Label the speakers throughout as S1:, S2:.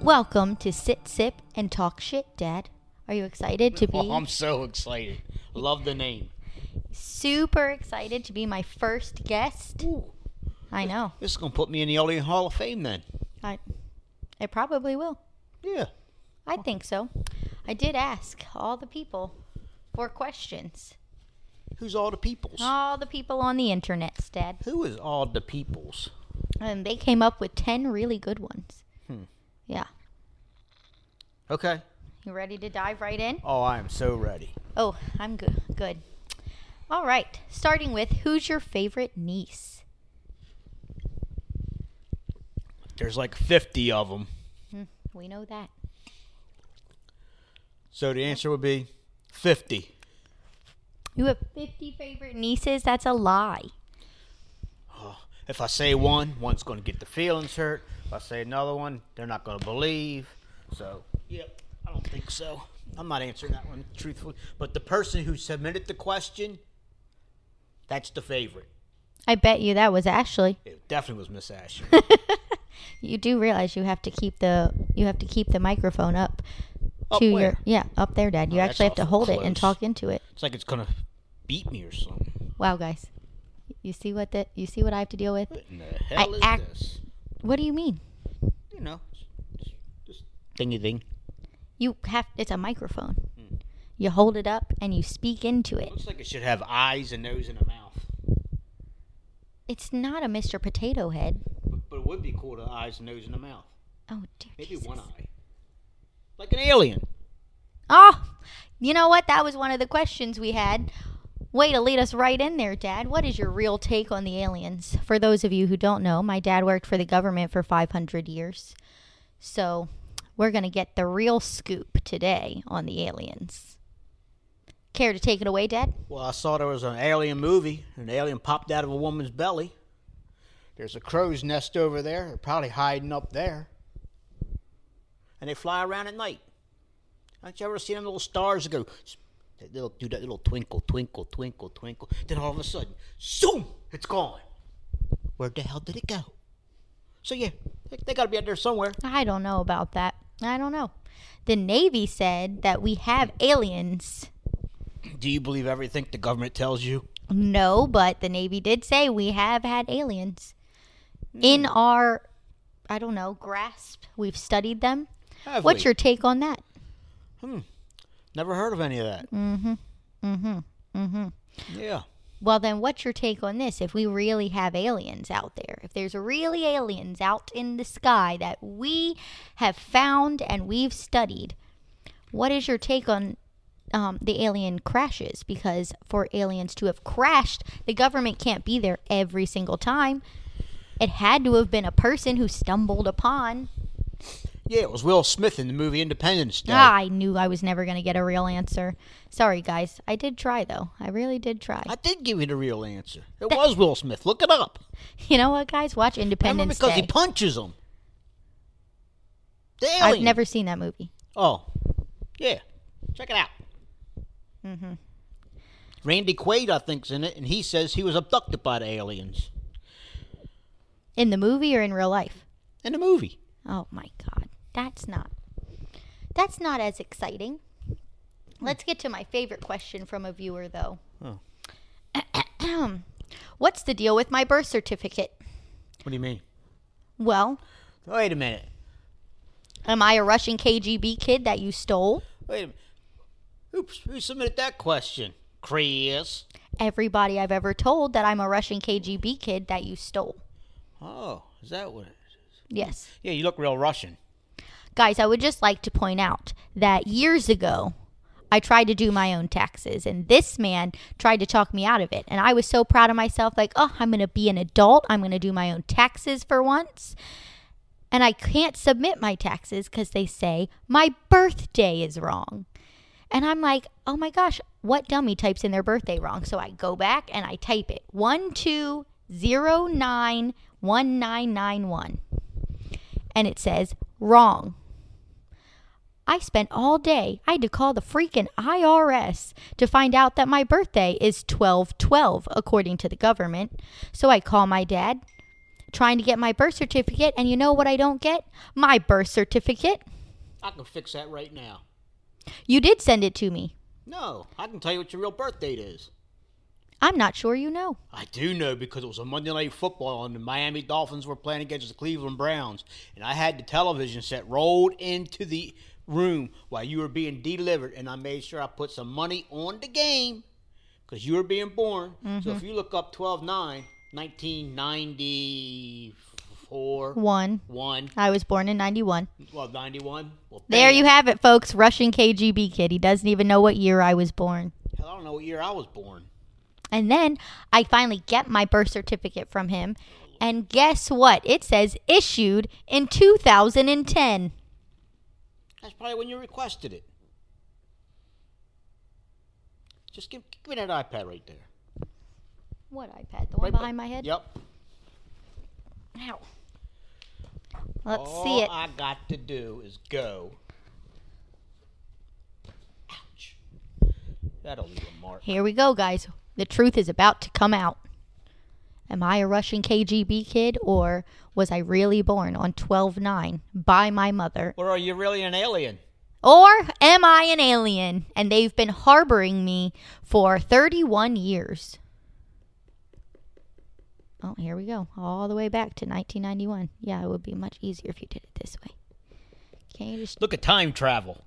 S1: Welcome to Sit, Sip, and Talk Shit, Dad. Are you excited to be?
S2: Oh, I'm so excited. Love the name.
S1: super excited to be my first guest. I know.
S2: This is gonna put me in the Olympian Hall of Fame then.
S1: I, I probably will.
S2: Yeah.
S1: I think so. I did ask all the people for questions.
S2: Who's all the peoples?
S1: All the people on the internet, Dad.
S2: Who is all the peoples?
S1: And they came up with 10 really good ones. Yeah.
S2: Okay.
S1: You ready to dive right in?
S2: Oh, I am so ready.
S1: Oh, I'm good. Good. All right. Starting with who's your favorite niece?
S2: There's like 50 of them.
S1: Hmm, We know that.
S2: So the answer would be 50.
S1: You have 50 favorite nieces? That's a lie.
S2: If I say one, one's gonna get the feelings hurt. If I say another one, they're not gonna believe. So, yep, I don't think so. I'm not answering that one truthfully. But the person who submitted the question, that's the favorite.
S1: I bet you that was Ashley.
S2: It definitely was Miss Asher.
S1: You do realize you have to keep the you have to keep the microphone up
S2: Up
S1: to your
S2: where?
S1: yeah up there, Dad. You
S2: Oh, that's
S1: actually have to
S2: awful
S1: hold it and
S2: close.
S1: talk into it.
S2: It's like it's gonna beat me or something.
S1: Wow, guys, you see what that you see what I have to deal with?
S2: What in the hell is
S1: act-
S2: this?
S1: What do you mean?
S2: You know, just thingy thing.
S1: You have it's a microphone. You hold it up and you speak into it.
S2: Looks like it should have eyes, a nose, and a mouth.
S1: It's not a Mr. Potato Head.
S2: But, but it would be cool to have eyes, a nose, and a mouth.
S1: Oh dear.
S2: Maybe
S1: Jesus.
S2: one eye. Like an alien.
S1: Oh, you know what? That was one of the questions we had. Way to lead us right in there, Dad. What is your real take on the aliens? For those of you who don't know, my dad worked for the government for 500 years. So we're going to get the real scoop today on the aliens. Care to take it away, Dad?
S2: Well, I saw there was an alien movie. An alien popped out of a woman's belly. There's a crow's nest over there. They're probably hiding up there. And they fly around at night. Haven't you ever seen them little stars that go, s- that little, do that little twinkle, twinkle, twinkle, twinkle. Then all of a sudden, zoom, it's gone. Where the hell did it go? So, yeah, they, they gotta be out there somewhere.
S1: I don't know about that. I don't know. The Navy said that we have aliens.
S2: Do you believe everything the government tells you?
S1: No, but the Navy did say we have had aliens in our, I don't know, grasp. We've studied them.
S2: Have
S1: What's
S2: we?
S1: your take on that?
S2: Never heard of any of that. Mm hmm.
S1: Mm-hmm,
S2: Mm hmm. Mm hmm. Yeah.
S1: Well, then, what's your take on this? If we really have aliens out there, if there's really aliens out in the sky that we have found and we've studied, what is your take on um, the alien crashes? Because for aliens to have crashed, the government can't be there every single time. It had to have been a person who stumbled upon.
S2: Yeah, it was Will Smith in the movie Independence Day.
S1: Ah, I knew I was never going to get a real answer. Sorry, guys. I did try, though. I really did try.
S2: I did give you the real answer. It was Will Smith. Look it up.
S1: You know what, guys? Watch
S2: Remember
S1: Independence
S2: because
S1: Day.
S2: he punches him. The
S1: I've
S2: alien.
S1: never seen that movie.
S2: Oh, yeah. Check it out. Mm-hmm. Randy Quaid, I think's in it, and he says he was abducted by the aliens
S1: In the movie or in real life?
S2: in the movie.
S1: Oh my god. That's not That's not as exciting. Let's get to my favorite question from a viewer though.
S2: Oh.
S1: What's the deal with my birth certificate?
S2: What do you mean?
S1: Well,
S2: Wait a minute.
S1: am I a Russian KGB kid that you stole?
S2: Wait a minute. Oops, who submitted that question? Chris.
S1: Everybody I've ever told that I'm a Russian KGB kid that you stole.
S2: Oh, is that what it is?
S1: Yes.
S2: Yeah, you look real Russian.
S1: Guys, I would just like to point out that years ago, I tried to do my own taxes, and this man tried to talk me out of it. And I was so proud of myself, like, oh, I'm going to be an adult. I'm going to do my own taxes for once. And I can't submit my taxes because they say my birthday is wrong. And I'm like, oh my gosh, what dummy types in their birthday wrong? So I go back and I type it one two zero nine one nine nine one, And it says wrong. I spent all day. I had to call the freaking IRS to find out that my birthday is 1212 according to the government. So I call my dad. trying to get my birth certificate, and you know what I don't get? My birth certificate.
S2: I can fix that right now.
S1: You did send it to me.
S2: No, I can tell you what your real birth date is.
S1: I'm not sure you know.
S2: I do know because it was a Monday Night Football and the Miami Dolphins were playing against the Cleveland Browns, and I had the television set rolled into the room while you were being delivered, and I made sure I put some money on the game because you were being born. So if you look up 12 9, 1994,
S1: One.
S2: 1,
S1: I was born in 91.
S2: well, 91, well,
S1: There
S2: bam.
S1: you have it, folks. Russian KGB kid. He doesn't even know what year I was born.
S2: Hell, I don't know what year I was born.
S1: And then I finally get my birth certificate from him. And guess what? It says issued in 2010.
S2: That's probably when you requested it. Just give, give me that iPad right there.
S1: What iPad? The one
S2: Right be-
S1: behind my head?
S2: Yep.
S1: Ow. Let's
S2: All
S1: see it.
S2: Oh, I got to do is go. Ouch. That'll leave a mark.
S1: Here we go, guys. The truth is about to come out. Am I a Russian KGB kid or was I really born on 12 9 by my mother?
S2: Or are you really an alien?
S1: Or am I an alien and they've been harboring me for 31 years? Oh, here we go. All the way back to 1991. Yeah, it would be much easier if you did it this way. Can you just.
S2: Look at time travel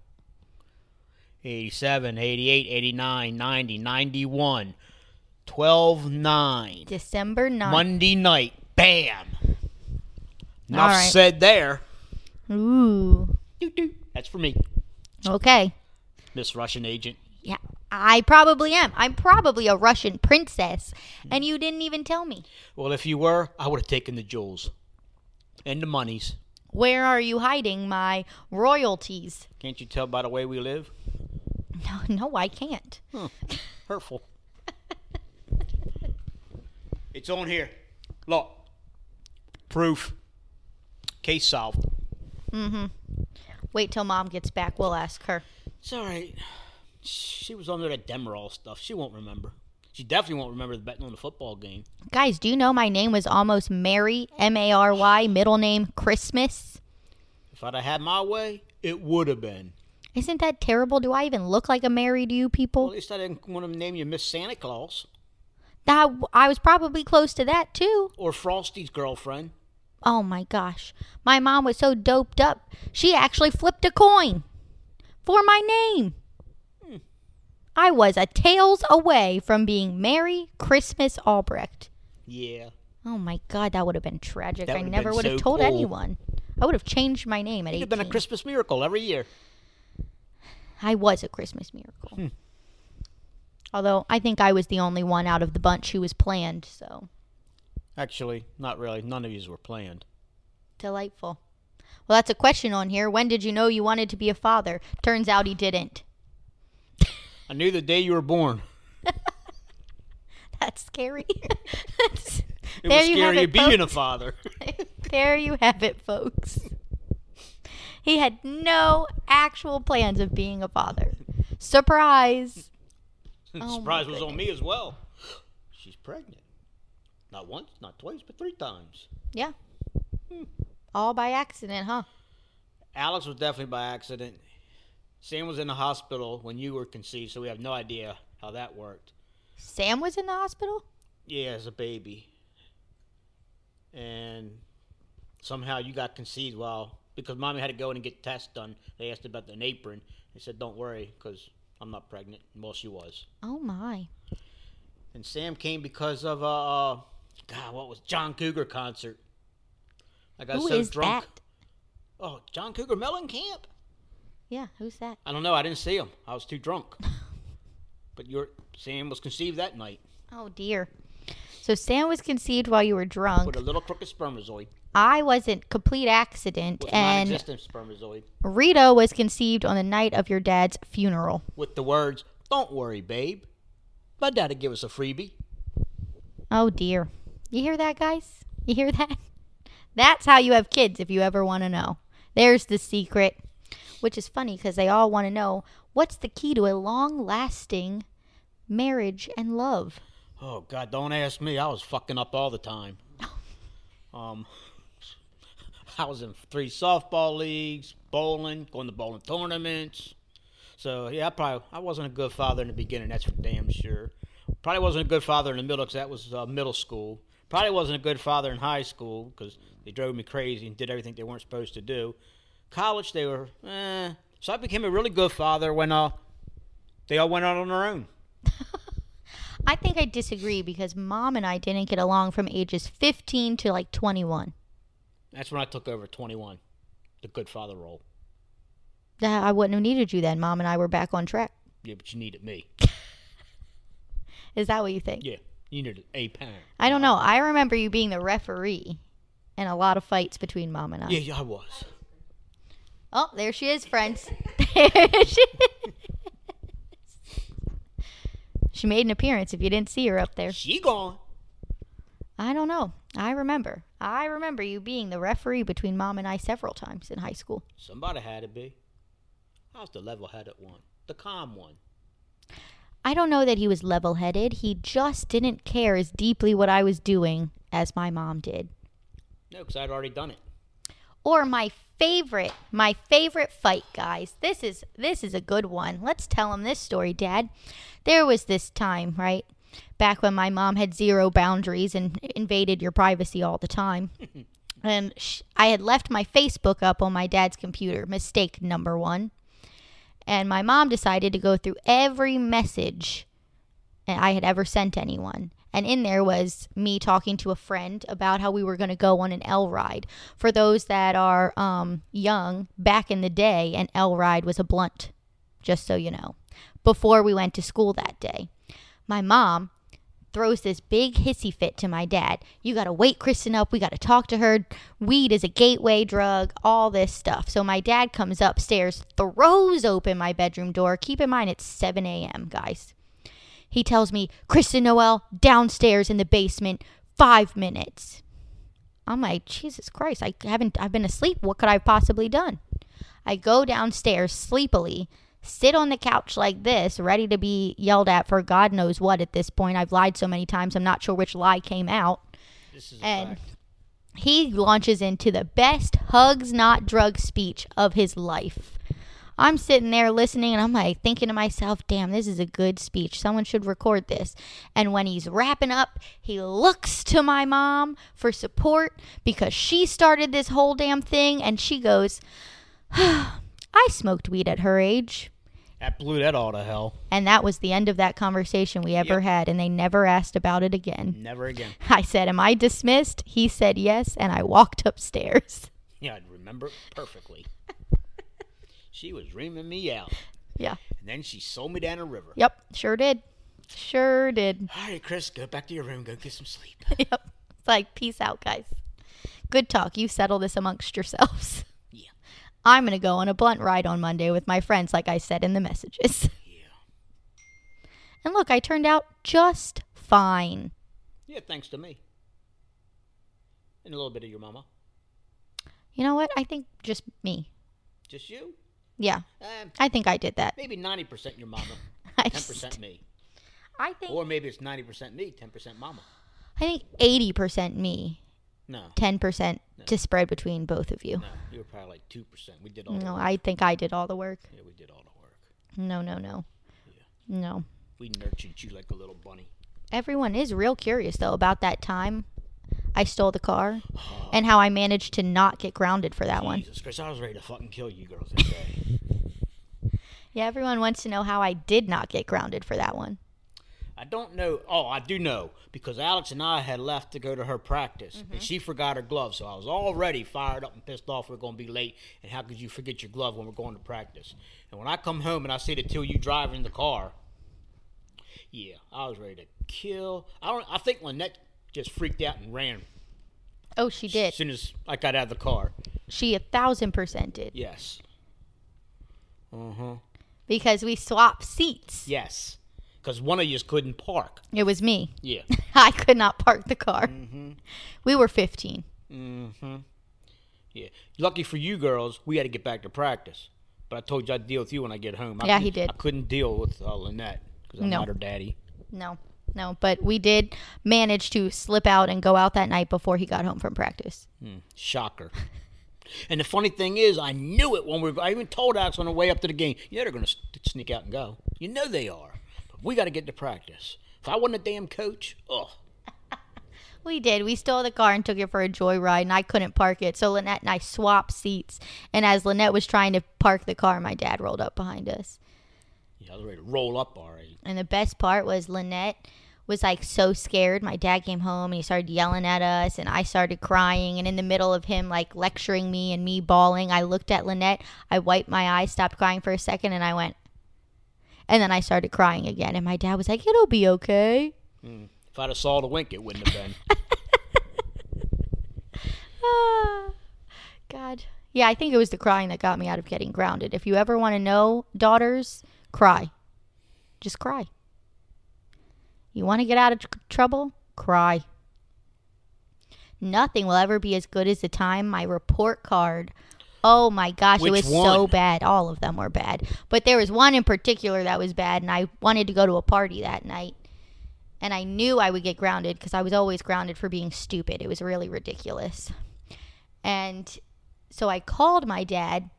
S2: 87, 88, 89, 90, 91, 12, 9.
S1: December 9th.
S2: Monday night. Bam.
S1: All
S2: Enough
S1: right.
S2: said there.
S1: Ooh.
S2: Doot, doot. That's for me,
S1: Okay.
S2: Miss Russian agent.
S1: Yeah, I probably am. I'm probably a Russian princess, and you didn't even tell me.
S2: Well, if you were, I would have taken the jewels and the monies.
S1: Where are you hiding my royalties?
S2: Can't you tell by the way we live?
S1: No, no, I can't.
S2: Hurtful. it's on here. Look. Proof. Case solved.
S1: Wait till mom gets back. We'll ask her.
S2: It's all right. She was under that Demerol stuff. She won't remember. She definitely won't remember the betting on the football game.
S1: Guys, do you know my name was almost Mary, M A R Y, middle name Christmas?
S2: If I'd have had my way, it would have been.
S1: Isn't that terrible? Do I even look like a Mary to you
S2: Well, at
S1: people?
S2: least I didn't want to name you Miss Santa Claus
S1: That I was probably close to that too.
S2: or Frosty's girlfriend.
S1: Oh my gosh. My mom was so doped up, she actually flipped a coin for my name. I was a tails away from being Mary Christmas Albrecht.
S2: Yeah.
S1: Oh my god, that would have been tragic.
S2: That
S1: I
S2: would've
S1: never
S2: been
S1: would have
S2: so
S1: told
S2: cool.
S1: anyone. I would have changed my name at
S2: It'd
S1: 18.
S2: have been a Christmas miracle every year.
S1: I was a Christmas miracle.
S2: Hmm.
S1: Although I think I was the only one out of the bunch who was planned, so
S2: Actually, not really. None of these were planned.
S1: delightful. Well, that's a question on here. When did you know you wanted to be a father? Turns out he didn't.
S2: I knew the day you were born.
S1: That's scary. That's-
S2: It
S1: there
S2: was
S1: you
S2: scary
S1: have it,
S2: being
S1: folks.
S2: a father.
S1: there you have it, folks. He had no actual plans of being a father. Surprise!
S2: The
S1: Oh, my
S2: surprise was on me as well. She's pregnant. Not once, not twice, but three times.
S1: Yeah.
S2: Hmm.
S1: All by accident, huh?
S2: Alex was definitely by accident. Sam was in the hospital when you were conceived, so we have no idea how that worked.
S1: Sam was in the hospital?
S2: Yeah, as a baby. And somehow you got conceived while because mommy had to go in and get tests done. They asked about an apron. They said, "Don't worry, because I'm not pregnant." Well, she was.
S1: Oh my.
S2: And Sam came because of uh, uh God, what was John Cougar concert? I got
S1: Who
S2: so
S1: is
S2: drunk.
S1: that?
S2: Oh, John Cougar Mellencamp.
S1: Yeah, who's that?
S2: I don't know. I didn't see him. I was too drunk. but your Sam was conceived that night
S1: Oh dear. So Sam was conceived while you were drunk.
S2: with a little crooked spermatozoid,
S1: I wasn't complete accident,
S2: with
S1: and
S2: non-existent spermatozoid,
S1: Rito was conceived on the night of your dad's funeral.
S2: with the words "Don't worry, babe." My daddy give us a freebie.
S1: Oh dear. You hear that, guys? You hear that? That's how you have kids if you ever want to know. There's the secret. Which is funny because they all want to know what's the key to a long lasting marriage and love?
S2: Oh God, don't ask me. I was fucking up all the time. Um, I was in three softball leagues, bowling, going to bowling tournaments. So yeah, I probably I wasn't a good father in the beginning. That's for damn sure. Probably wasn't a good father in the middle because that was uh, middle school. Probably wasn't a good father in high school because they drove me crazy and did everything they weren't supposed to do. College, they were. Eh. So I became a really good father when uh, they all went out on their own.
S1: I think I disagree because mom and I didn't get along from ages 15 to like 21.
S2: That's when I took over 21, the good father role.
S1: That I wouldn't have needed you then. Mom and I were back on track.
S2: Yeah, but you needed me.
S1: Is that what you think?
S2: Yeah, you needed a parent.
S1: I don't know. I remember you being the referee in a lot of fights between mom and I.
S2: Yeah, yeah, I was.
S1: Oh, there she is, friends. there she is. She made an appearance if you didn't see her up there.
S2: She gone.
S1: I don't know. I remember. I remember you being the referee between mom and I several times in high school.
S2: Somebody had to be. I was the level-headed one, the calm one.
S1: I don't know that he was level headed. He just didn't care as deeply what I was doing as my mom did.
S2: No, because I'd already done it.
S1: Or my favorite, my favorite fight, guys. This is this is a good one. Let's tell him this story, Dad. There was this time, right? Back when my mom had zero boundaries and invaded your privacy all the time. and sh- I had left my Facebook up on my dad's computer. Mistake number 1 and my mom decided to go through every message that I had ever sent anyone. And in there was me talking to a friend about how we were going to go on an L ride. For those that are um, young, back in the day, an L ride was a blunt, just so you know, before we went to school that day. My mom throws this big hissy fit to my dad. You got to wake Kristen up. We got to talk to her. Weed is a gateway drug, all this stuff. So my dad comes upstairs, throws open my bedroom door. Keep in mind, it's 7 a.m., guys. He tells me, Kristen Noel, downstairs in the basement, five minutes. I'm like, Jesus Christ, I haven't, I've been asleep. What could I have possibly done? I go downstairs sleepily, sit on the couch like this, ready to be yelled at for God knows what at this point. I've lied so many times, I'm not sure which lie came out.
S2: This is a
S1: And
S2: fact.
S1: he launches into the best hugs, not drugs speech of his life. I'm sitting there listening and I'm like thinking to myself, damn, this is a good speech. Someone should record this. And when he's wrapping up, he looks to my mom for support because she started this whole damn thing and she goes, I smoked weed at her age.
S2: That blew that all to hell.
S1: And that was the end of that conversation we ever
S2: Yep.
S1: had. And they never asked about it again.
S2: Never again.
S1: I said, Am I dismissed? He said yes. And I walked upstairs.
S2: Yeah, I'd remember it perfectly. she was reaming me out,
S1: Yeah.
S2: and then she sold me down a river.
S1: Yep. Sure did. Sure did.
S2: All right, Chris, go back to your room. Go get some sleep.
S1: Yep. It's like, peace out, guys. Good talk. You settle this amongst yourselves.
S2: yeah,
S1: I'm going to go on a blunt ride on Monday with my friends, like I said in the messages.
S2: yeah,
S1: And look, I turned out just fine.
S2: yeah. Thanks to me, and a little bit of your mama.
S1: You know what? I think just me.
S2: Just you?
S1: Yeah.
S2: Uh,
S1: I think I did that.
S2: maybe ninety percent your mama,
S1: I,
S2: ten
S1: just,
S2: percent me,
S1: I think
S2: or maybe it's ninety percent me, ten percent mama.
S1: I think 80% me,
S2: No,
S1: 10% to spread between both of you.
S2: no, you were probably like two percent. We did all.
S1: No,
S2: The work.
S1: I think I did all the work.
S2: Yeah, we did all the work.
S1: No, no, no. No.
S2: We nurtured you like a little bunny.
S1: Everyone is real curious though about that time I stole the car and how I managed to not get grounded for that one.
S2: Jesus Christ, I was ready to fucking kill you girls that day.
S1: Yeah, everyone wants to know how I did not get grounded for that one.
S2: I don't know. Oh, I do know because Alex and I had left to go to her practice, and she forgot her glove. So I was already fired up and pissed off. We're going to be late, and how could you forget your glove when we're going to practice? And when I come home and I see the two of you driving the car, yeah, I was ready to kill. I don't. I think Lynette just freaked out and ran
S1: Oh, she
S2: as
S1: did.
S2: soon as I got out of the car.
S1: She a thousand percent did
S2: Yes. Uh huh.
S1: because we swapped seats.
S2: Yes. Because one of you couldn't park.
S1: It was me.
S2: Yeah. Mm-hmm.
S1: I could not park the car. We were 15.
S2: Yeah. Lucky for you girls, we had to get back to practice. But I told you I'd deal with you when I get home. I
S1: Yeah,
S2: cou-
S1: he did.
S2: I couldn't deal with uh, Lynette because I'm
S1: No.
S2: not her daddy.
S1: No. No, but we did manage to slip out and go out that night before he got home from practice.
S2: Shocker. And the funny thing is, I knew it when we were, I even told Alex on the way up to the game, you know they're going to sneak out and go. You know they are. But we got to get to practice. If I wasn't a damn coach, oh,
S1: We did. We stole the car and took it for a joyride, and I couldn't park it. So Lynette and I swapped seats. And as Lynette was trying to park the car, my dad rolled up behind us.
S2: yeah, I was ready to roll up already.
S1: And the best part was Lynette was like so scared. My dad came home and he started yelling at us, and I started crying. And in the middle of him like lecturing me and me bawling, I looked at Lynette. I wiped my eyes, stopped crying for a second, and I went. And then I started crying again. And my dad was like, "It'll be okay."
S2: If I'd have saw the wink, it wouldn't have been.
S1: Ah, God. Yeah, I think it was the crying that got me out of getting grounded. If you ever want to know, daughters, cry. Just cry. You want to get out of tr- trouble? Cry. Nothing will ever be as good as the time my report card. Oh my gosh, it
S2: Which
S1: was so
S2: one?
S1: bad. All of them were bad. But there was one in particular that was bad, and I wanted to go to a party that night. And I knew I would get grounded because I was always grounded for being stupid. It was really ridiculous. And so I called my dad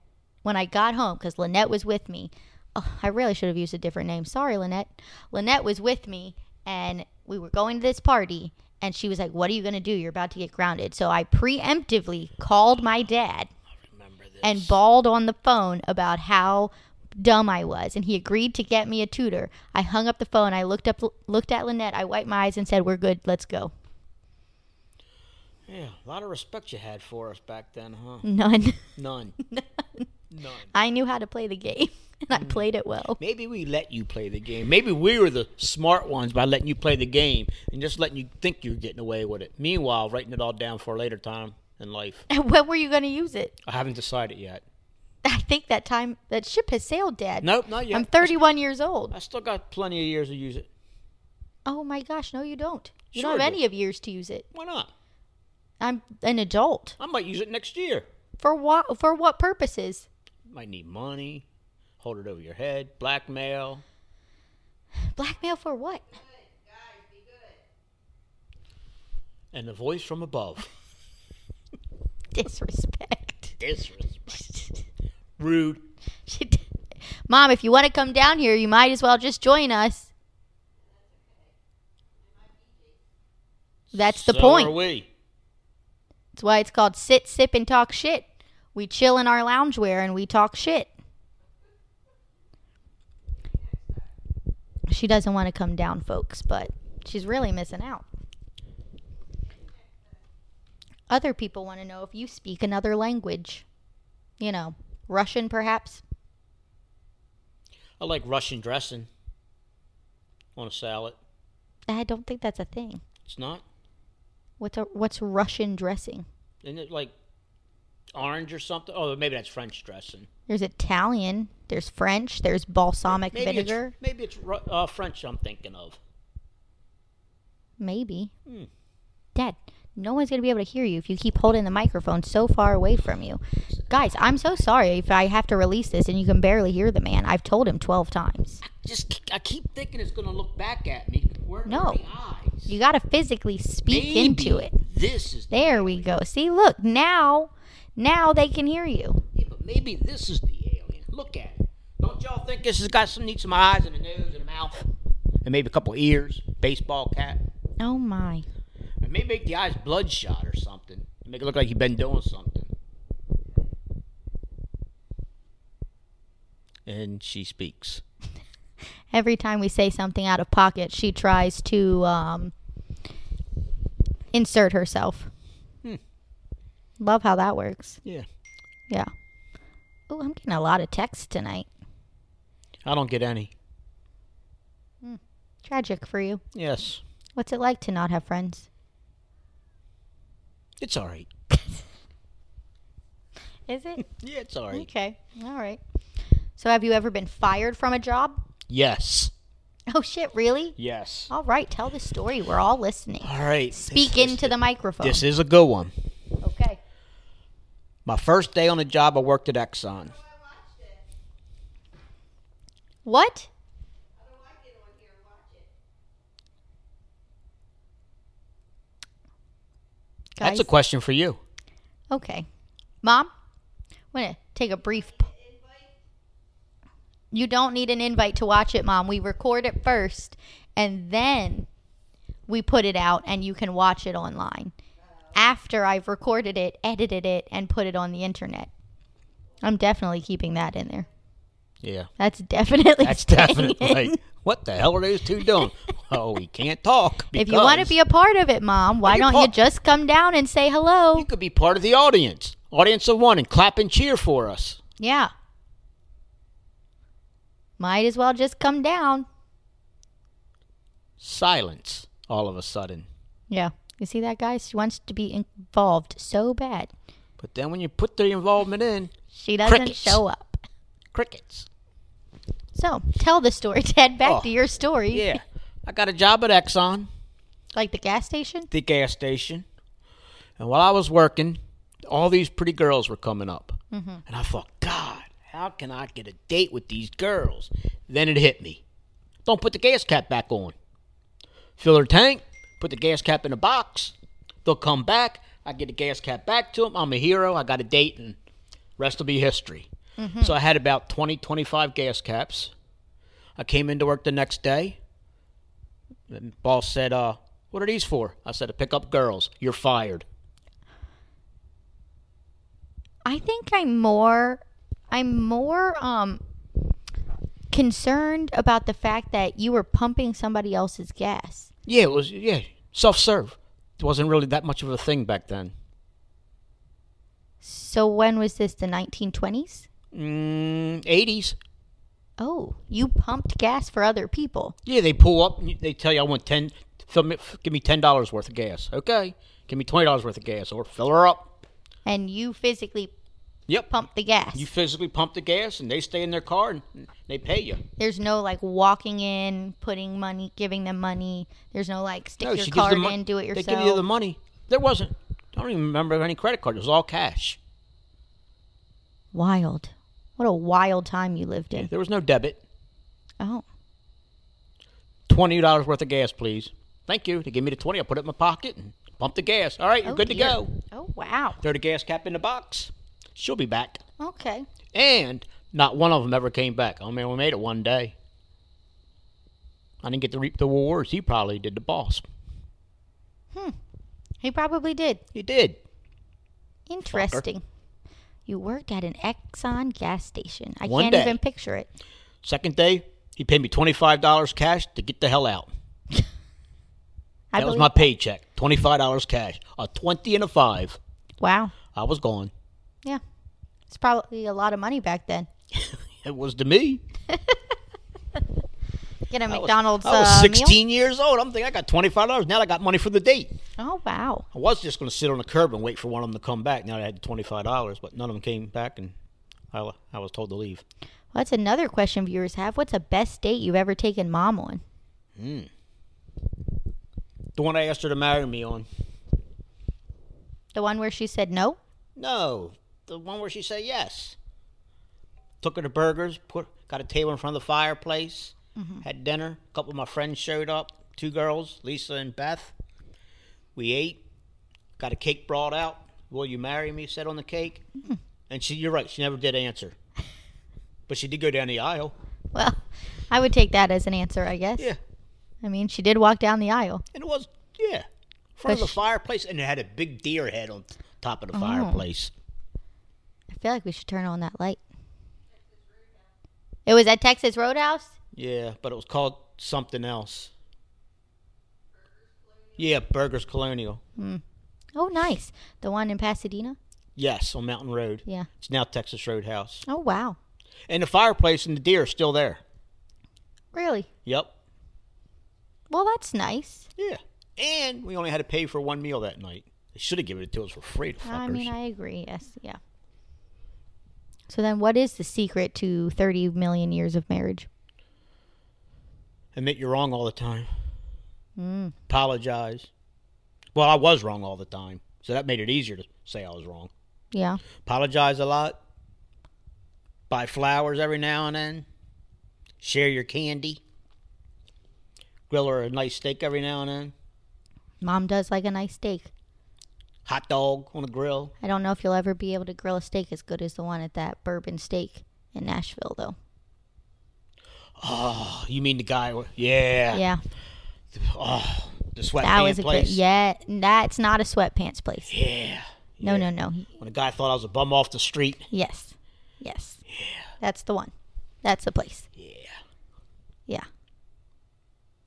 S1: when I got home because Lynette was with me. Oh, I really should have used a different name. Sorry, Lynette. Lynette was with me, and we were going to this party. And she was like, What are you going to do? You're about to get grounded. So I preemptively called my dad
S2: Remember this.
S1: and bawled on the phone about how dumb I was, and he agreed to get me a tutor. I hung up the phone. I looked up, looked at Lynette. I wiped my eyes and said, "We're good. Let's go."
S2: yeah, a lot of respect you had for us back then, huh?
S1: None.
S2: None. None.
S1: I knew how to play the game, and I played it well.
S2: Maybe we let you play the game. Maybe we were the smart ones by letting you play the game and just letting you think you're getting away with it. Meanwhile, writing it all down for a later time in life.
S1: when were you going to use it?
S2: I haven't decided yet.
S1: I think that time that ship has sailed, Dad.
S2: Nope, not yet.
S1: I'm 31 years old.
S2: I still got plenty of years to use it.
S1: Oh my gosh, no, you don't. You
S2: Sure
S1: don't
S2: I
S1: have
S2: do.
S1: any of years to use it.
S2: Why not?
S1: I'm an adult.
S2: I might use it next year.
S1: For what? For what purposes?
S2: Might need money, hold it over your head, blackmail.
S1: Blackmail for what?
S2: And the voice from above.
S1: Disrespect.
S2: Disrespect. Rude.
S1: She did. Mom, if you want to come down here, you might as well just join us. That's the
S2: So Are
S1: point.
S2: we?
S1: That's why it's called sit, sip, and talk shit. We chill in our loungewear and we talk shit. She doesn't want to come down, folks, but she's really missing out. Other people want to know if you speak another language. You know, Russian perhaps?
S2: I like Russian dressing on a salad.
S1: I don't think that's a thing.
S2: It's not.
S1: What's a, what's Russian dressing?
S2: Isn't it like orange or something? Oh, maybe that's French dressing.
S1: There's Italian. There's French. There's balsamic
S2: Maybe
S1: vinegar.
S2: It's, maybe it's Ru- uh, French. I'm thinking of.
S1: Maybe.
S2: Hmm.
S1: Dad, no one's gonna be able to hear you if you keep holding the microphone so far away from you. Guys, I'm so sorry if I have to release this and you can barely hear the man. I've told him twelve times.
S2: Just keep- I keep thinking it's gonna look back at me. Where
S1: No.
S2: are the eyes?
S1: You gotta physically speak
S2: Maybe
S1: into it.
S2: This is
S1: There we go. See, look now, now they can hear you.
S2: Yeah, but maybe this is the alien. Look at it. Don't y'all think this has got some need some eyes and a nose and a mouth? And maybe a couple ears, baseball cap.
S1: Oh my.
S2: And maybe make the eyes bloodshot or something. Make it look like you've been doing something. And she speaks.
S1: every time we say something out of pocket, she tries to um, insert herself.
S2: Hmm.
S1: Love how that works.
S2: Yeah.
S1: Yeah. Oh, I'm getting a lot of texts tonight.
S2: I don't get any.
S1: Tragic for you.
S2: Yes.
S1: What's it like to not have friends?
S2: It's all right.
S1: Is it?
S2: Yeah, it's all right.
S1: okay. All right. So, have you ever been fired from a job?
S2: Yes.
S1: Oh, shit, really?
S2: Yes.
S1: All right, tell the story. We're all listening.
S2: All right.
S1: Speak
S2: Oh, This-
S1: into the microphone.
S2: This is a good one.
S1: okay.
S2: My first day on the job, I worked at Exxon.
S1: What? guys.
S2: That's a question for you.
S1: okay. Mom, I'm going to take a brief. p- You don't need an invite to watch it, Mom. We record it first and then we put it out and you can watch it online after I've recorded it, edited it, and put it on the internet. I'm definitely keeping that in there.
S2: Yeah.
S1: That's definitely
S2: That's
S1: staying
S2: definitely
S1: in.
S2: like, what the hell are those two doing? oh, we can't talk.
S1: If you want to
S2: because
S1: be a part of it, Mom, why
S2: you
S1: don't
S2: pa-
S1: you just come down and say hello?
S2: you could be part of the audience, audience of one, and clap and cheer for us.
S1: Yeah. Might as well just come down.
S2: Silence. All of a sudden.
S1: Yeah. You see that, guys? She wants to be involved so bad.
S2: But then when you put the involvement in,
S1: She doesn't
S2: Crickets.
S1: show up.
S2: crickets.
S1: So tell the story, Ted. Back
S2: Oh,
S1: to your story.
S2: Yeah. I got a job at Exxon.
S1: Like the gas station?
S2: the gas station. And while I was working, all these pretty girls were coming up. And I thought, God, how can I get a date with these girls? Then it hit me. Don't put the gas cap back on. Fill her tank, put the gas cap in a box. They'll come back. I get the gas cap back to them. I'm a hero. I got a date, and rest will be history. So I had about 20, 25 gas caps. I came into work the next day. The boss said, uh, what are these for? I said, to pick up girls. You're fired.
S1: I think I'm more I'm more um concerned about the fact that you were pumping somebody else's gas.
S2: Yeah, it was, yeah, self-serve. It wasn't really that much of a thing back then.
S1: So when was this the 1920s?
S2: Mm, 80s.
S1: Oh, you pumped gas for other people.
S2: Yeah, they pull up. and They tell you, I want 10, fill me, f- give me $10 worth of gas. Okay. Give me $20 worth of gas or fill her up.
S1: and you physically
S2: Yep.
S1: pump the gas.
S2: You physically pump the gas and they stay in their car and they pay you.
S1: There's no like walking in, putting money, giving them money. There's no like stick your
S2: she gives
S1: card
S2: them mon-
S1: in, do it yourself.
S2: They give you the money. There wasn't, I don't even remember any credit card. It was all cash.
S1: wild. What a wild time you lived in.
S2: There was no debit.
S1: Oh.
S2: twenty dollars worth of gas, please. Thank you. They give me the twenty. I put it in my pocket and pump the gas. All right, you're
S1: Oh,
S2: good
S1: dear.
S2: to go.
S1: Oh wow.
S2: Throw the gas cap in the box. She'll be back.
S1: Okay.
S2: And not one of them ever came back. I mean, we made it one day. I didn't get to reap the rewards. He probably did. The boss.
S1: He probably did.
S2: He did.
S1: Interesting. You worked at an Exxon gas station. I
S2: One
S1: can't
S2: day.
S1: even picture it.
S2: Second day, he paid me twenty five dollars cash to get the hell out.
S1: I
S2: That was
S1: believe-
S2: my paycheck. Twenty five dollars cash. A twenty and a five.
S1: Wow.
S2: I was gone.
S1: Yeah. It's probably a lot of money back then.
S2: It was to me.
S1: Get a
S2: I was-
S1: McDonald's
S2: I was,
S1: uh, meal.
S2: sixteen years old. I'm thinking I got twenty five dollars. Now I got money for the date.
S1: Oh wow.
S2: I was just going to sit on the curb and wait for one of them to come back. Now I had twenty five dollars, but none of them came back, and I, I was told to leave.
S1: Well, that's another question viewers have. What's the best date you've ever taken mom on?
S2: The one I asked her to marry me on.
S1: The one where she said no?
S2: No, the one where she said yes. Took her to burgers. Put got a table in front of the fireplace. Had dinner. A couple of my friends showed up. Two girls, Lisa and Beth. We ate. Got a cake brought out. Will you marry me? Said on the cake. And she, you're right. She never did answer. But she did go down the aisle.
S1: Well, I would take that as an answer, I guess.
S2: Yeah.
S1: I mean, she did walk down the aisle.
S2: And it was, yeah, in front
S1: But
S2: of the
S1: sh-
S2: fireplace, and it had a big deer head on top
S1: Oh.
S2: of the fireplace.
S1: I feel like we should turn on that light. It was at Texas Roadhouse?
S2: Yeah, but it was called something else. Yeah, Burgers Colonial.
S1: Oh, nice. The one in Pasadena?
S2: Yes, on Mountain Road.
S1: Yeah.
S2: It's now Texas Roadhouse.
S1: Oh, wow.
S2: And the fireplace and the deer are still there.
S1: Really?
S2: Yep.
S1: Well, that's nice.
S2: Yeah. And we only had to pay for one meal that night. They should have given it to us for free, the fuckers.
S1: I mean, I agree. Yes. Yeah. So then, what is the secret to 30 million years of marriage?
S2: Admit you're wrong all the time.
S1: Hmm,
S2: Apologize. Well, I was wrong all the time, so that made it easier to say I was wrong.
S1: Yeah.
S2: apologize a lot, buy flowers every now and then, share your candy, grill her a nice steak every now and then.
S1: Mom does like a nice steak.
S2: hot dog on the grill.
S1: I don't know if you'll ever be able to grill a steak as good as the one at that bourbon steak in Nashville, though.
S2: Oh, you mean the guy? with- Yeah.
S1: Yeah,
S2: Oh, the
S1: that was
S2: sweatpants
S1: a good.
S2: place.
S1: Yeah, that's not a sweatpants place.
S2: yeah.
S1: No,
S2: Yeah.
S1: no, no.
S2: When the guy thought I was a bum off the street.
S1: Yes, yes. Yeah. That's the one. That's the place.
S2: Yeah.
S1: Yeah.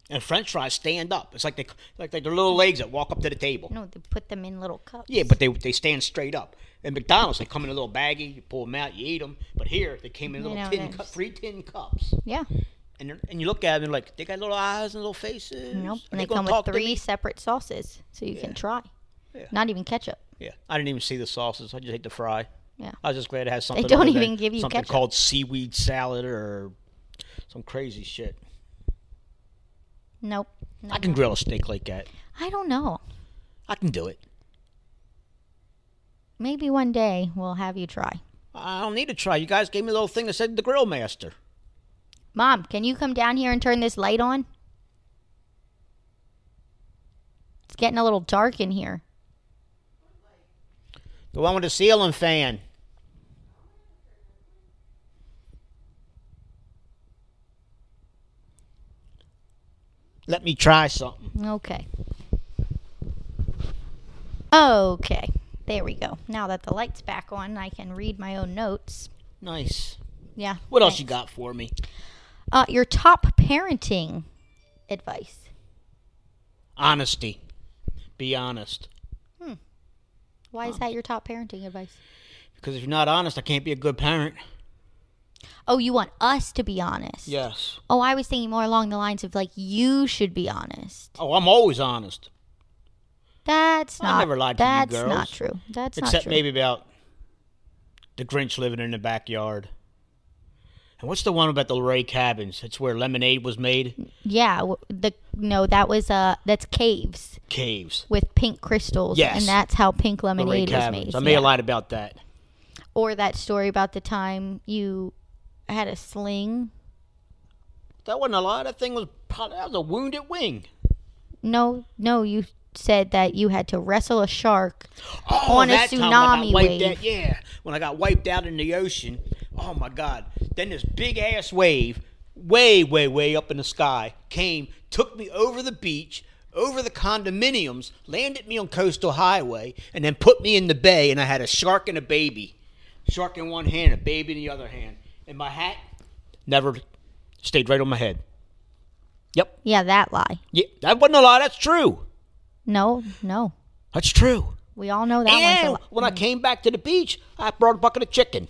S2: And French fries stand up. It's like they, like they're little legs that walk up to the table.
S1: No, they put them in little cups.
S2: Yeah, but they they stand straight up. And McDonald's, they come in a little baggie. You pull them out, you eat them. But here, they came in
S1: You
S2: little
S1: know,
S2: tin
S1: that's-
S2: cup, three tin cups.
S1: Yeah.
S2: And they're- and you look at them, and like they got little eyes and little faces.
S1: Nope.
S2: Are
S1: And they
S2: gonna
S1: come
S2: talk
S1: with
S2: to
S1: three
S2: me?
S1: separate sauces, so you
S2: Yeah.
S1: can try.
S2: Yeah.
S1: Not even ketchup.
S2: Yeah, I didn't even see the sauces. I just ate the fry.
S1: Yeah.
S2: I was just glad it has something.
S1: don't
S2: other than
S1: even give you
S2: something
S1: ketchup.
S2: called seaweed salad or some crazy shit.
S1: Nope. No.
S2: I can grill a steak like that.
S1: I don't know.
S2: I can do it.
S1: Maybe one day we'll have you try.
S2: I don't need to try. You guys gave me a little thing that said the grill master.
S1: Mom, can you come down here and turn this light on? It's getting a little dark in here.
S2: The one with the ceiling fan. Let me try something.
S1: Okay. Okay. There we go. Now that the light's back on, I can read my own notes.
S2: Nice.
S1: Yeah.
S2: What else you got for me?
S1: Uh, your top parenting advice.
S2: Honesty. Be honest.
S1: Why is that your top parenting advice?
S2: Because if you're not honest, I can't be a good parent.
S1: Oh, you want us to be honest.
S2: Yes.
S1: Oh, I was thinking more along the lines of like you should be honest.
S2: Oh, I'm always honest.
S1: That's
S2: I
S1: not.
S2: never lied to you
S1: that's
S2: girls.
S1: not true. That's not
S2: Except
S1: true.
S2: maybe about the Grinch living in the backyard. And what's the one about the Ray cabins? It's where lemonade was made.
S1: Yeah, w- the no, that was uh, that's caves
S2: Caves.
S1: with pink crystals,
S2: Yes.
S1: and that's how pink
S2: The Ray
S1: lemonade was
S2: cabins.
S1: made.
S2: I made
S1: yeah.
S2: a lot about that.
S1: Or that story about the time you had a sling.
S2: That wasn't a lie. That thing was probably that was a wounded wing.
S1: No, no, you said that you had to wrestle a shark.
S2: Oh,
S1: On a
S2: that time when I
S1: tsunami
S2: wiped
S1: wave.
S2: out- yeah, when I got wiped out in the ocean. Oh my God! Then this big ass wave, way, way, way up in the sky, came, took me over the beach, over the condominiums, landed me on Coastal Highway, and then put me in the bay. And I had a shark and a baby, shark in one hand, a baby in the other hand, and my hat never stayed right on my head. Yep,
S1: Yeah, that lie.
S2: yeah, that wasn't a lie. That's true.
S1: No, no,
S2: That's true.
S1: we all know that one's a
S2: And
S1: lie. Mm-hmm.
S2: when I came back to the beach, I brought a bucket of chicken.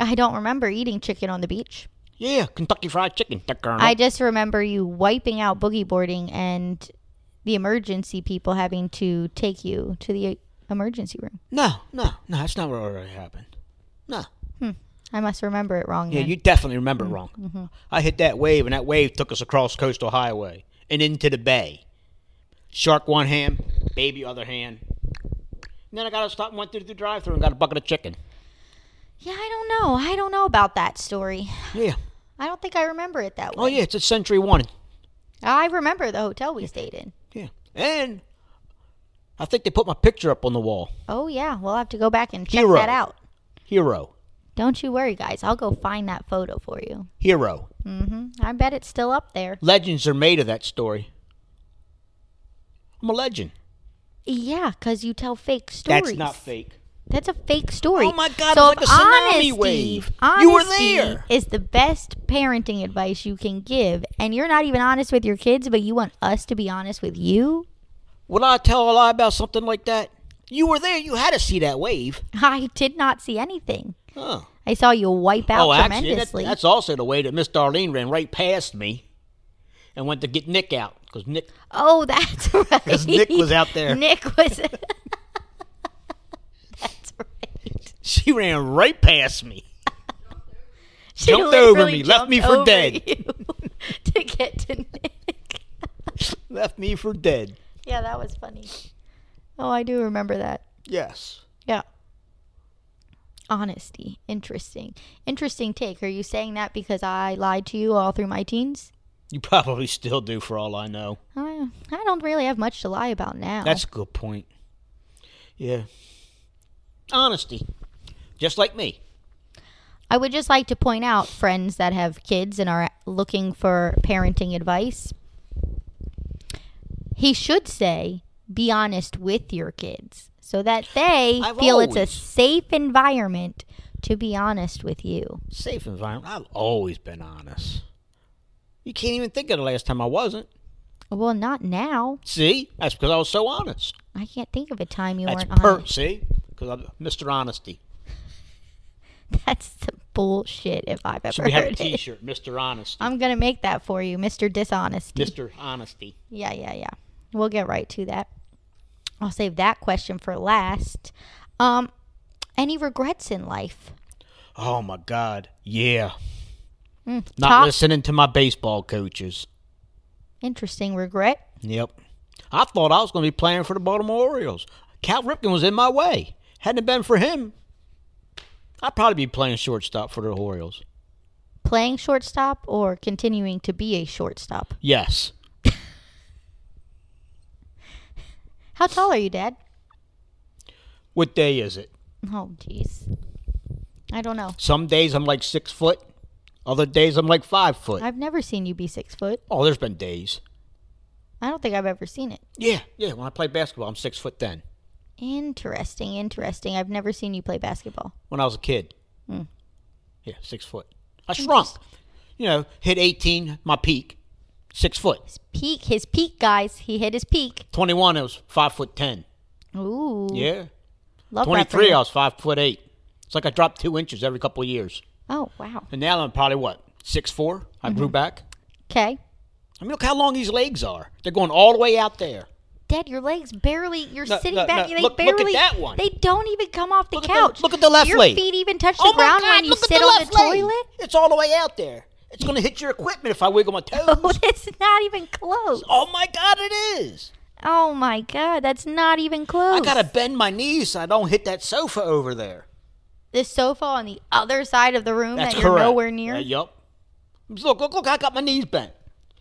S1: I don't remember eating chicken on the beach.
S2: Yeah, Kentucky Fried Chicken. The Colonel.
S1: I just remember you wiping out boogie boarding and the emergency people having to take you to the emergency room.
S2: no, no, no. That's not what already happened. No.
S1: I must remember it wrong.
S2: Yeah,
S1: then.
S2: you definitely remember wrong. I hit that wave, and that wave took us across coastal highway and into the bay. Shark one hand, baby other hand. And then I got to stop and went through the drive-through and got a bucket of chicken.
S1: Yeah, I don't know. I don't know about that story.
S2: Yeah.
S1: I don't think I remember it that way.
S2: Oh yeah, it's a Century One.
S1: I remember the hotel we stayed in.
S2: Yeah. And I think they put my picture up on the wall.
S1: Oh yeah, we'll have to go back and check
S2: Hero.
S1: that out.
S2: Hero.
S1: Don't you worry, guys. I'll go find that photo for you. Mm-hmm.
S2: Hero.
S1: I bet it's still up there.
S2: Legends are made of that story. I'm a legend.
S1: Yeah, 'cause you tell fake stories.
S2: That's not fake.
S1: That's a fake story.
S2: Oh my God,
S1: So
S2: it's
S1: if
S2: like a tsunami
S1: honesty,
S2: wave.
S1: Honesty
S2: You were there.
S1: Is the best parenting advice you can give, and you're not even honest with your kids, but you want us to be honest with you.
S2: Would I tell a lie about something like that? You were there. You had to see that wave.
S1: I did not see anything.
S2: Huh.
S1: I saw you wipe out
S2: Oh, actually, that,
S1: tremendously.
S2: that's also the way that Miss Darlene ran right past me and went to get Nick out because Nick.
S1: oh, that's right.
S2: 'Cause Nick was out there.
S1: Nick was. that's right.
S2: She ran right past me.
S1: She
S2: Jumped over
S1: literally
S2: me, left me
S1: jumped
S2: for
S1: over
S2: dead.
S1: you to get to Nick.
S2: Left me for dead.
S1: Yeah, that was funny. Oh, I do remember that.
S2: Yes.
S1: Yeah. Honesty. Interesting. Interesting take. Are you saying that because I lied to you all through my teens? Oh,
S2: You probably still do, for all I know.
S1: I, I don't really have much to lie about now.
S2: That's a good point. Yeah. Honesty. Just like me.
S1: I would just like to point out, friends that have kids and are looking for parenting advice, he should say, be honest with your kids so that they
S2: I've
S1: feel it's a
S2: always-
S1: safe environment to be honest with you.
S2: Safe environment. I've always been honest. You can't even think of the last time I wasn't.
S1: Well, not now.
S2: See? That's because I was so honest.
S1: I can't think of a time you
S2: That's
S1: weren't
S2: per
S1: honest.
S2: see? Because I'm Mr. Honesty.
S1: That's the bullshit if I've ever
S2: Should we have a
S1: heard
S2: t
S1: it.
S2: shirt, Mr. Honesty.
S1: I'm going to make that for you, Mr. Dishonesty.
S2: Mr. Honesty.
S1: Yeah, yeah, yeah. We'll get right to that. I'll save that question for last. Um, any regrets in life?
S2: Oh my God. Yeah.
S1: Hmm.
S2: Not
S1: Top
S2: listening to my baseball coaches.
S1: interesting regret.
S2: Yep. I thought I was going to be playing for the Baltimore Orioles. Cal Ripken was in my way. Hadn't it been for him, I'd probably be playing shortstop for the Orioles.
S1: Playing shortstop or continuing to be a shortstop?
S2: Yes.
S1: How tall are you, Dad?
S2: What day is it?
S1: Oh, jeez. I don't know.
S2: Some days I'm like six foot. Other days I'm like five foot.
S1: I've never seen you be six foot.
S2: oh, there's been days.
S1: I don't think I've ever seen it.
S2: Yeah, yeah. When I play basketball, I'm six foot then.
S1: Interesting, interesting. I've never seen you play basketball.
S2: When I was a kid.
S1: Hmm.
S2: Yeah, six foot. I shrunk. You know, hit 18, my peak. Six foot.
S1: His peak, his peak, guys. He hit his peak.
S2: 21, it was five foot ten.
S1: Ooh,
S2: Yeah. uh,
S1: love that for
S2: 23,
S1: him.
S2: I was five foot eight. It's like I dropped two inches every couple of years.
S1: Oh, wow.
S2: And now I'm probably what six four. I
S1: Mm-hmm.
S2: grew back.
S1: Okay.
S2: I mean, look how long these legs are. They're going all the way out there.
S1: Dad, your legs barely. You're
S2: No,
S1: sitting
S2: no,
S1: back.
S2: no.
S1: They
S2: Look- look
S1: barely.
S2: at that one.
S1: They don't even come off the
S2: Look at the-
S1: couch.
S2: look at the left
S1: your
S2: leg.
S1: Your feet even touch the
S2: oh
S1: ground
S2: my God!
S1: when you
S2: look
S1: sit
S2: at the
S1: on
S2: left
S1: the
S2: leg.
S1: toilet.
S2: It's all the way out there. It's going to hit your equipment if I wiggle my
S1: Oh,
S2: toes.
S1: it's not even close.
S2: oh my God! It is.
S1: Oh my god, that's not even close.
S2: I gotta bend my knees so I don't hit that sofa over there.
S1: the sofa on the other side of the room
S2: That's
S1: that you're
S2: correct.
S1: nowhere near.
S2: Uh, yep. Look! Look! Look! I got my knees bent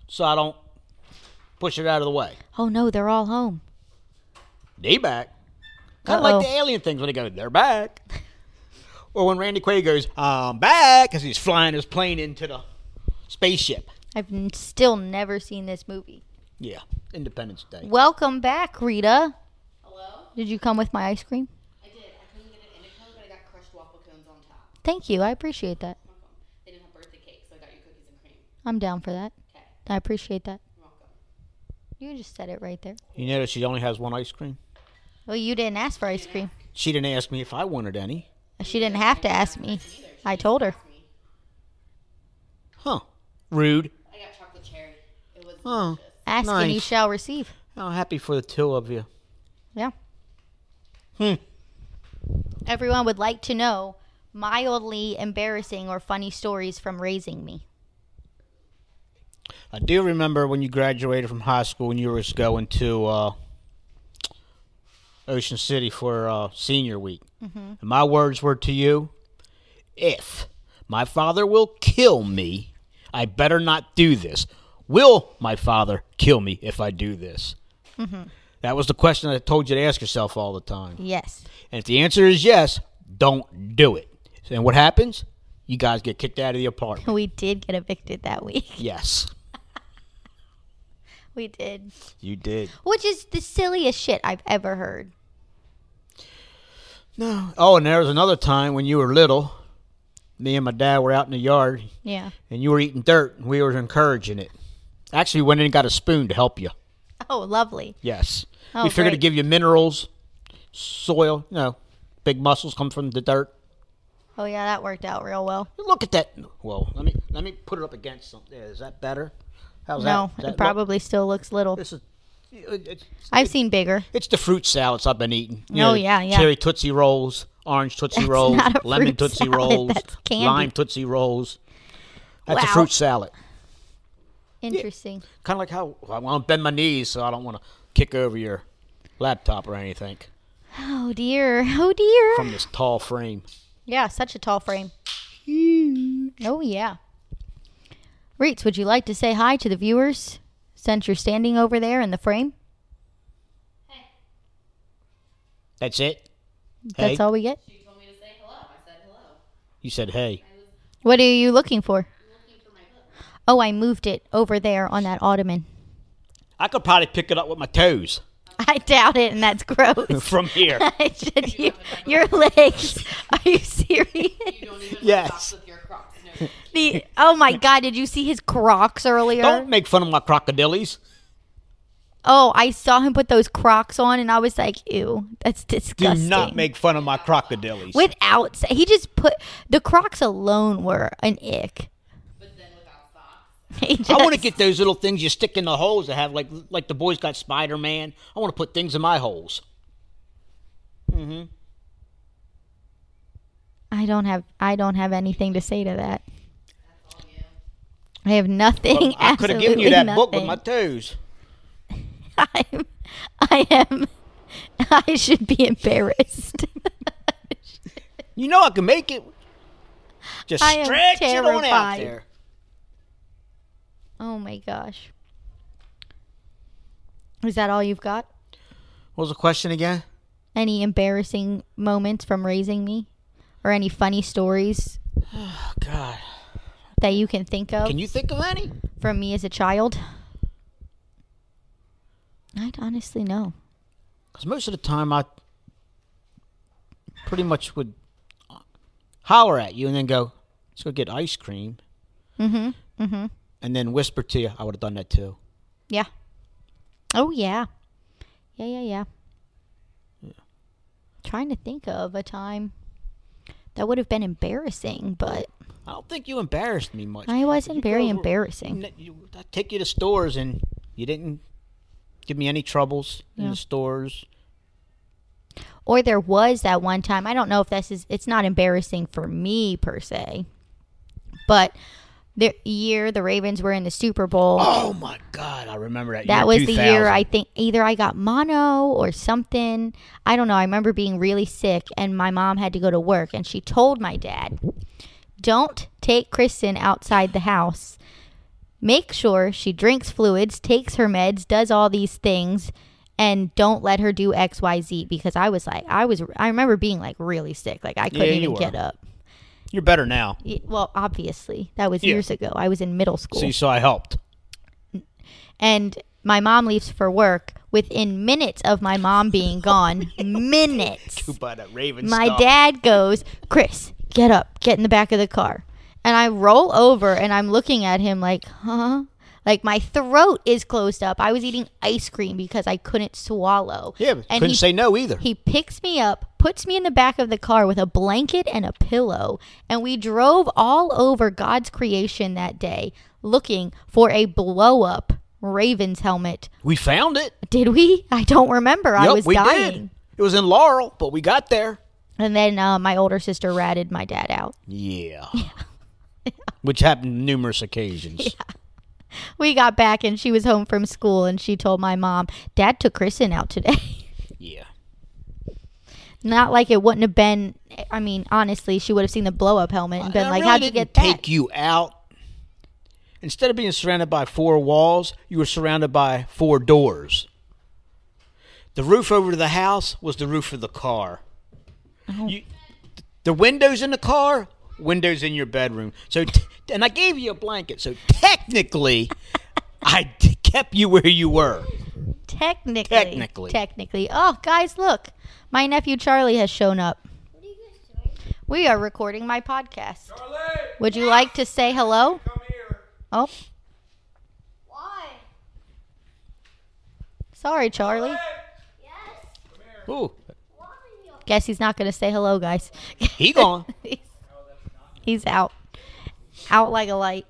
S2: so I don't push it out of the way.
S1: Oh no, they're all home.
S2: They back. Kind of like
S1: Uh-oh.
S2: the alien things when they go, they're back. or when Randy Quaid goes, I'm back, because he's flying his plane into the spaceship.
S1: I've n- still never seen this movie.
S2: Yeah, Independence Day.
S1: Welcome back, Rita.
S3: Hello?
S1: Did you come with my ice cream?
S3: I did. I couldn't get an indico, but I got crushed waffle cones on top.
S1: Thank you. I appreciate that.
S3: My phone. They didn't have birthday cake, so I got you cookies and cream.
S1: I'm down for that.
S3: Okay,
S1: I appreciate that.
S3: you're welcome.
S1: You just said it right there.
S2: You notice she only has one ice cream?
S1: Well, you didn't ask for ice cream.
S2: She didn't ask me if I wanted any.
S1: She didn't have to ask me. I told her.
S2: Huh. Rude.
S3: I got chocolate cherry. It was
S2: Oh,
S1: Ask and you
S2: Nice.
S1: shall receive.
S2: how happy for the two of you.
S1: Yeah.
S2: Hmm.
S1: Everyone would like to know mildly embarrassing or funny stories from raising me.
S2: I do remember when you graduated from high school and you were going to uh, Ocean City for uh, senior week. And my words were to you if my father will kill me, I better not do this. Will my father kill me if I do this? That was the question I told you to ask yourself all the time.
S1: Yes.
S2: And if the answer is yes, don't do it. And what happens? You guys get kicked out of the apartment.
S1: We did get evicted that week.
S2: Yes,
S1: We did.
S2: you did.
S1: Which is the silliest shit I've ever heard.
S2: No. Oh, and there was another time when you were little. Me and my dad were out in the yard,
S1: Yeah.
S2: and you were eating dirt, and we were encouraging it. Actually, we went in and got a spoon to help you.
S1: Oh, lovely.
S2: Yes.
S1: Oh,
S2: we figured to
S1: great.
S2: give you minerals, soil. You know, big muscles come from the dirt.
S1: Oh, yeah, that worked out real well.
S2: Look at that. Well, let me let me put it up against something. Is that better? How's
S1: No,
S2: that? Is that?
S1: it probably still looks little.
S2: look, this is. it- It's,
S1: I've seen bigger.
S2: it's the fruit salads I've been eating. You
S1: Oh,
S2: know,
S1: yeah, yeah.
S2: Cherry tootsie rolls, orange tootsie
S1: That's
S2: rolls,
S1: not a
S2: lemon
S1: fruit
S2: tootsie
S1: salad,
S2: rolls,
S1: that's candy.
S2: lime tootsie rolls. That's a
S1: Wow.
S2: fruit salad.
S1: Interesting.
S2: Kind of like how I want to bend my knees so I don't want to kick over your laptop or anything
S1: Oh, dear. Oh, dear.
S2: from this tall frame.
S1: Yeah, such a tall frame. Oh, yeah. Reitz, would you like to say hi to the viewers since you're standing over there in the frame?
S2: That's it?
S1: That's
S2: hey?
S1: all we get.
S3: She told me to say hello. I said hello.
S2: You said hey.
S1: What are you looking for?
S3: Looking for my book.
S1: Oh, I moved it over there on that ottoman.
S2: I could probably pick it up with my toes
S1: I doubt it, and that's gross.
S2: from here.
S1: I said, you, your legs. Are you serious?
S3: You don't even
S2: Yes.
S3: yes. socks with your Crocs. No,
S1: The oh my god, did you see his Crocs earlier?
S2: Don't make fun of my crocodilies.
S1: Oh, I saw him put those Crocs on, and I was like, ew, that's
S2: Do
S1: disgusting.
S2: not make fun of my crocodilies.
S1: without sa- he just put the Crocs alone were an ick.
S3: but then without socks.
S1: He
S2: I want to
S1: just-
S2: get those little things you stick in the holes that have like like the boys got Spider Man. I want to put things in my holes.
S1: I don't have I don't have anything to say to that. I have nothing.
S2: I could have given you
S1: absolutely
S2: that
S1: nothing.
S2: book with my toes.
S1: I'm, I am. I should be embarrassed.
S2: You know I can make it. Just
S1: I am
S2: stretch it on out
S1: terrified.
S2: there.
S1: oh my gosh. Is that all you've got?
S2: What was the question again?
S1: Any embarrassing moments from raising me, or any funny stories
S2: Oh God,
S1: that you can think of
S2: can you think of any?
S1: from me as a child? I honestly know.
S2: Because most of the time I pretty much would holler at you and then go, "Let's go get ice cream," mm-hmm, mm-hmm. and then whisper to you, "I would have done that too."
S1: mm-hmm. Yeah. Oh yeah. Yeah, yeah, yeah. Trying to think of a time that would have been embarrassing, but
S2: I don't think you embarrassed me much.
S1: I wasn't very embarrassing.
S2: N- you- I take you to stores and you didn't give me any troubles in
S1: Yeah.
S2: the stores.
S1: Or there was that one time. I don't know if this is it's not embarrassing for me per se. But the year the Ravens were in the Super Bowl,
S2: Oh my God, I remember that.
S1: That
S2: year,
S1: was the year
S2: 2000.
S1: I think either I got mono or something. I don't know. I remember being really sick and my mom had to go to work and she told my dad, "Don't take Kristen outside the house. Make sure she drinks fluids, takes her meds, does all these things." And don't let her do X, Y, Z because I was like, I was, I remember being like really sick, like I couldn't
S2: Yeah, you
S1: even
S2: were.
S1: get up.
S2: You're better now.
S1: Y- Well, obviously, that was
S2: Yeah.
S1: years ago. I was in middle school.
S2: See, so I helped.
S1: and my mom leaves for work within minutes of my mom being gone minutes
S2: By that Raven
S1: my
S2: stuff.
S1: dad goes chris get up get in the back of the car and i roll over and i'm looking at him like huh like my throat is closed up i was eating ice cream because i couldn't swallow
S2: Yeah, but
S1: and
S2: couldn't
S1: he,
S2: say no either.
S1: he picks me up puts me in the back of the car with a blanket and a pillow and we drove all over god's creation that day looking for a blow up ravens helmet
S2: we found it.
S1: did we? I don't remember. I
S2: Yup,
S1: was
S2: we
S1: dying.
S2: did. It was in Laurel, but we got there.
S1: And then uh, my older sister ratted my dad out.
S2: Yeah. Which happened numerous occasions.
S1: We got back and she was home from school and she told my mom, Dad took Kristen out today.
S2: yeah.
S1: Not like it wouldn't have been, I mean, honestly, she would have seen the blow up helmet and been
S2: I
S1: like,
S2: really
S1: How'd you
S2: didn't
S1: get that?
S2: Take you out. Instead of being surrounded by four walls, you were surrounded by four doors. The roof over the house was the roof of the car.
S1: Oh.
S2: You, the windows in the car, windows in your bedroom. So, t- and I gave you a blanket. So technically, I d- kept you where you were.
S1: technically.
S2: Technically.
S1: Technically. Oh, guys, look. My nephew Charlie has shown up. We are recording my podcast. Would you like to say hello? Oh,
S4: Why?
S1: sorry, Charlie.
S4: Yes.
S2: Ooh,
S4: Why?
S1: Guess he's not going to say hello, guys.
S2: he gone.
S1: He's out. Out like a light.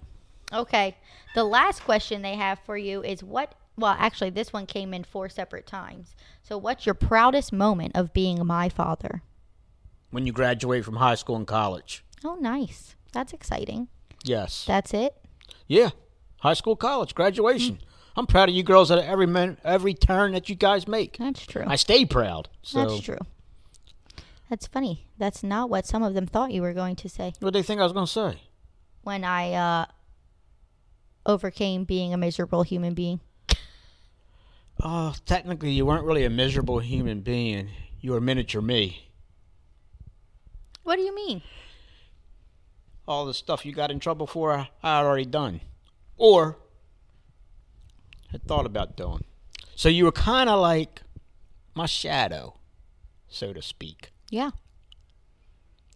S1: Okay. The last question they have for you is what well, actually this one came in four separate times. So what's your proudest moment of being my father?
S2: when you graduate from high school and college.
S1: Oh nice. That's exciting.
S2: Yes.
S1: That's it.
S2: Yeah, high school, college, graduation. I'm proud of you girls at every min- every turn that you guys make.
S1: That's true.
S2: I stay proud. So
S1: That's true. That's funny. That's not what some of them thought you were going to say
S2: What do they think I was gonna say?
S1: when I uh overcame being a miserable human being.
S2: Oh, technically, you weren't really a miserable human being. You're miniature me.
S1: What do you mean?
S2: All the stuff you got in trouble for, I had already done. Or had thought about doing. So you were kind of like my shadow, so to speak.
S1: Yeah.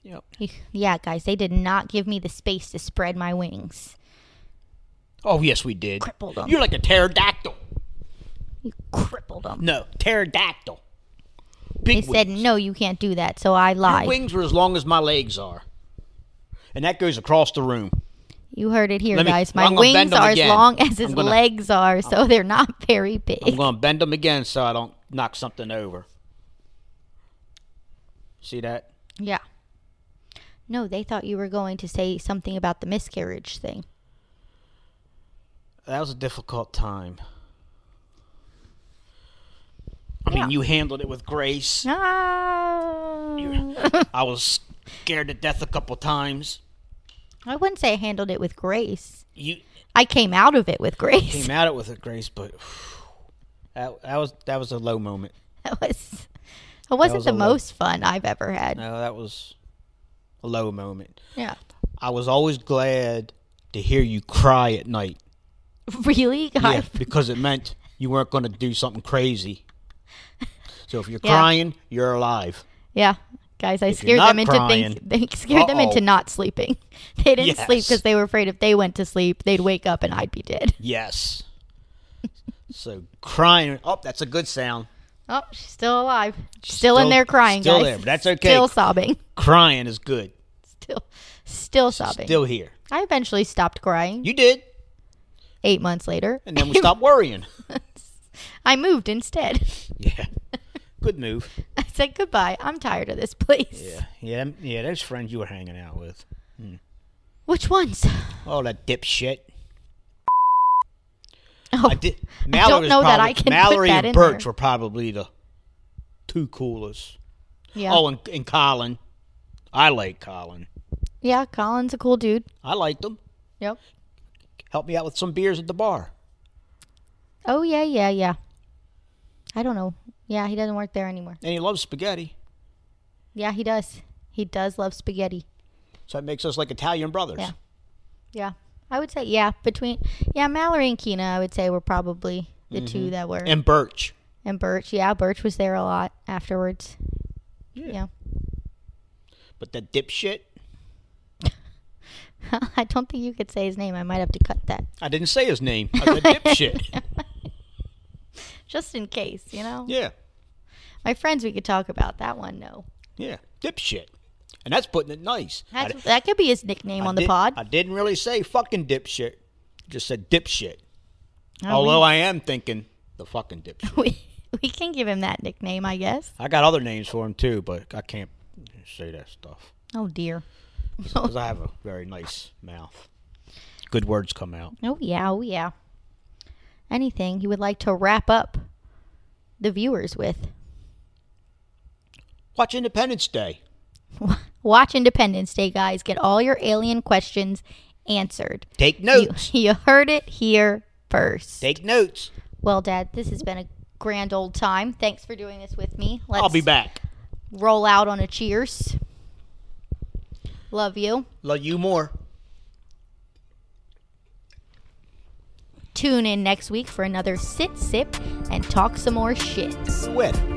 S2: Yep.
S1: Yeah, guys, they did not give me the space to spread my wings.
S2: Oh, yes, we did.
S1: Crippled 'em.
S2: You're like a pterodactyl.
S1: You crippled them.
S2: No, pterodactyl.
S1: They
S2: Big
S1: said,
S2: wings.
S1: no, you can't do that. So I
S2: Your
S1: lied.
S2: wings were as long as my legs are. And that goes across the room.
S1: You heard it here,
S2: Let me-
S1: guys.
S2: I'm
S1: My
S2: gonna bend
S1: wings
S2: 'em
S1: are
S2: again.
S1: as long as his
S2: I'm gonna-
S1: legs are, so they're not very big.
S2: I'm going to bend them again so I don't knock something over. See that?
S1: Yeah. No, they thought you were going to say something about the miscarriage thing.
S2: That was a difficult time. I
S1: Yeah.
S2: mean, you handled it with grace.
S1: Ah.
S2: I was scared to death a couple times.
S1: I wouldn't say I handled it with grace.
S2: You
S1: I came out of it with grace.
S2: came at it with a grace, but that, that was that was a low moment.
S1: That was. It wasn't
S2: was
S1: the
S2: a lot.
S1: most fun I've ever had.
S2: No, that was a low moment.
S1: Yeah.
S2: I was always glad to hear you cry at night.
S1: Really,
S2: Yeah,
S1: guys?
S2: because it meant you weren't going to do something crazy. So if you're
S1: Yeah.
S2: crying, you're alive.
S1: Yeah. Guys, I
S2: you're
S1: scared them
S2: not
S1: into things. They scared them into
S2: Uh-oh.
S1: not sleeping. They didn't sleep
S2: Yes.
S1: because they were afraid if they went to sleep, they'd wake up and I'd be dead.
S2: Yes. so crying. Oh, that's a good sound.
S1: Oh, she's still alive. Still, in
S2: still-
S1: there crying,
S2: still
S1: guys.
S2: there, but that's okay.
S1: Still sobbing.
S2: Crying is good.
S1: Still, still sobbing.
S2: Still here.
S1: I eventually stopped crying.
S2: You did,
S1: Eight months later,
S2: and then we stopped worrying.
S1: I moved instead.
S2: Yeah. Good move.
S1: I said goodbye. I'm tired of this place.
S2: Yeah. Yeah. them- Yeah. Those friends you were hanging out with.
S1: Which ones?
S2: Oh, that dipshit.
S1: Oh,
S2: I did. Mallory was
S1: know that
S2: probably-
S1: I can put
S2: Mallory
S1: that in
S2: and Birch
S1: there.
S2: were probably the two coolest.
S1: yeah.
S2: Oh, and, and Colin. I like Colin.
S1: yeah. Colin's a cool dude.
S2: I liked him.
S1: Yep.
S2: Helped me out with some beers at the bar.
S1: Oh yeah, yeah, yeah. I don't know. Yeah, he doesn't work there anymore.
S2: And he loves spaghetti.
S1: Yeah, he does. He does love spaghetti.
S2: So that makes us like Italian brothers.
S1: Yeah. Yeah. I would say yeah, between yeah, Mallory and Keena, I would say were probably the two that were
S2: Mm-hmm. And Birch.
S1: and Birch. Yeah, Birch was there a lot afterwards. Yeah.
S2: But that dipshit,
S1: I don't think you could say his name. I might have to cut that
S2: I didn't say his name. I said dipshit.
S1: just in case, you know.
S2: yeah.
S1: My friends, we could talk about that one. No,
S2: Yeah. Dipshit. And that's putting it nice. I
S1: That's,
S2: di-
S1: that could be his nickname
S2: I
S1: on the
S2: did-
S1: pod.
S2: I didn't really say fucking dipshit. Just said dipshit.
S1: Oh,
S2: Although I am thinking the fucking dipshit.
S1: we, we can give him that nickname, I guess.
S2: I got other names for him too, but I can't say that stuff
S1: Oh dear.
S2: because I have a very nice mouth. Good words come out.
S1: Oh yeah. Oh yeah. Anything you would like to wrap up the viewers with?
S2: Watch Independence Day.
S1: Watch Independence Day, guys. Get all your alien questions answered.
S2: Take
S1: You,
S2: notes.
S1: you heard it here first.
S2: Take notes.
S1: Well, Dad, this has been a grand old time. Thanks for doing this with me. Let's
S2: I'll be back.
S1: roll out on a cheers. Love you.
S2: Love you more.
S1: Tune in next week for another sit, sip, and talk some more shit.
S2: Sweat.